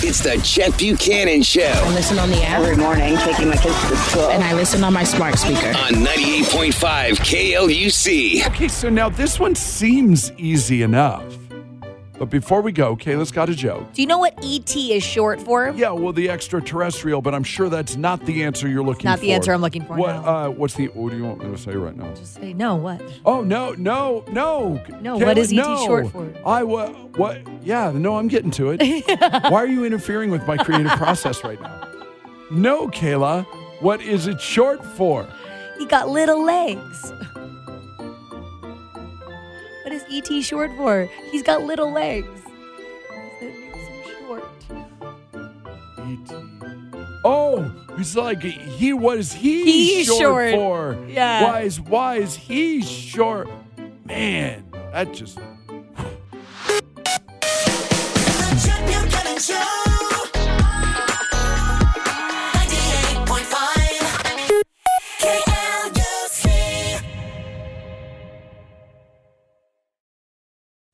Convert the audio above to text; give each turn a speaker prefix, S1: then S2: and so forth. S1: It's the Chet Buchanan Show
S2: I listen on the app
S3: every morning taking my kids to school.
S2: and I listen on my smart speaker.
S1: on 98.5 KLUC.
S4: Okay, so now this one seems easy enough. But before we go, Kayla's got a joke.
S5: Do you know what ET is short for?
S4: Yeah, well, the extraterrestrial, but I'm sure that's not the answer you're looking for.
S5: Not the answer I'm looking for,
S4: What,
S5: no.
S4: uh, what's the, what do you want me to say right now?
S5: Say no, what?
S4: Oh, no, no, no.
S5: No, what is ET
S4: no.
S5: short for?
S4: I, what, what, yeah, no, I'm getting to it. Why are you interfering with my creative process right now? No, Kayla, what is it short for?
S5: He got little legs. what is ET short for? He's got little legs. 'Cause That makes him short.
S4: ET. E Oh, it's like he was he
S5: He's
S4: short,
S5: short.
S4: for.
S5: Yeah.
S4: Why is why is he short? Man, that just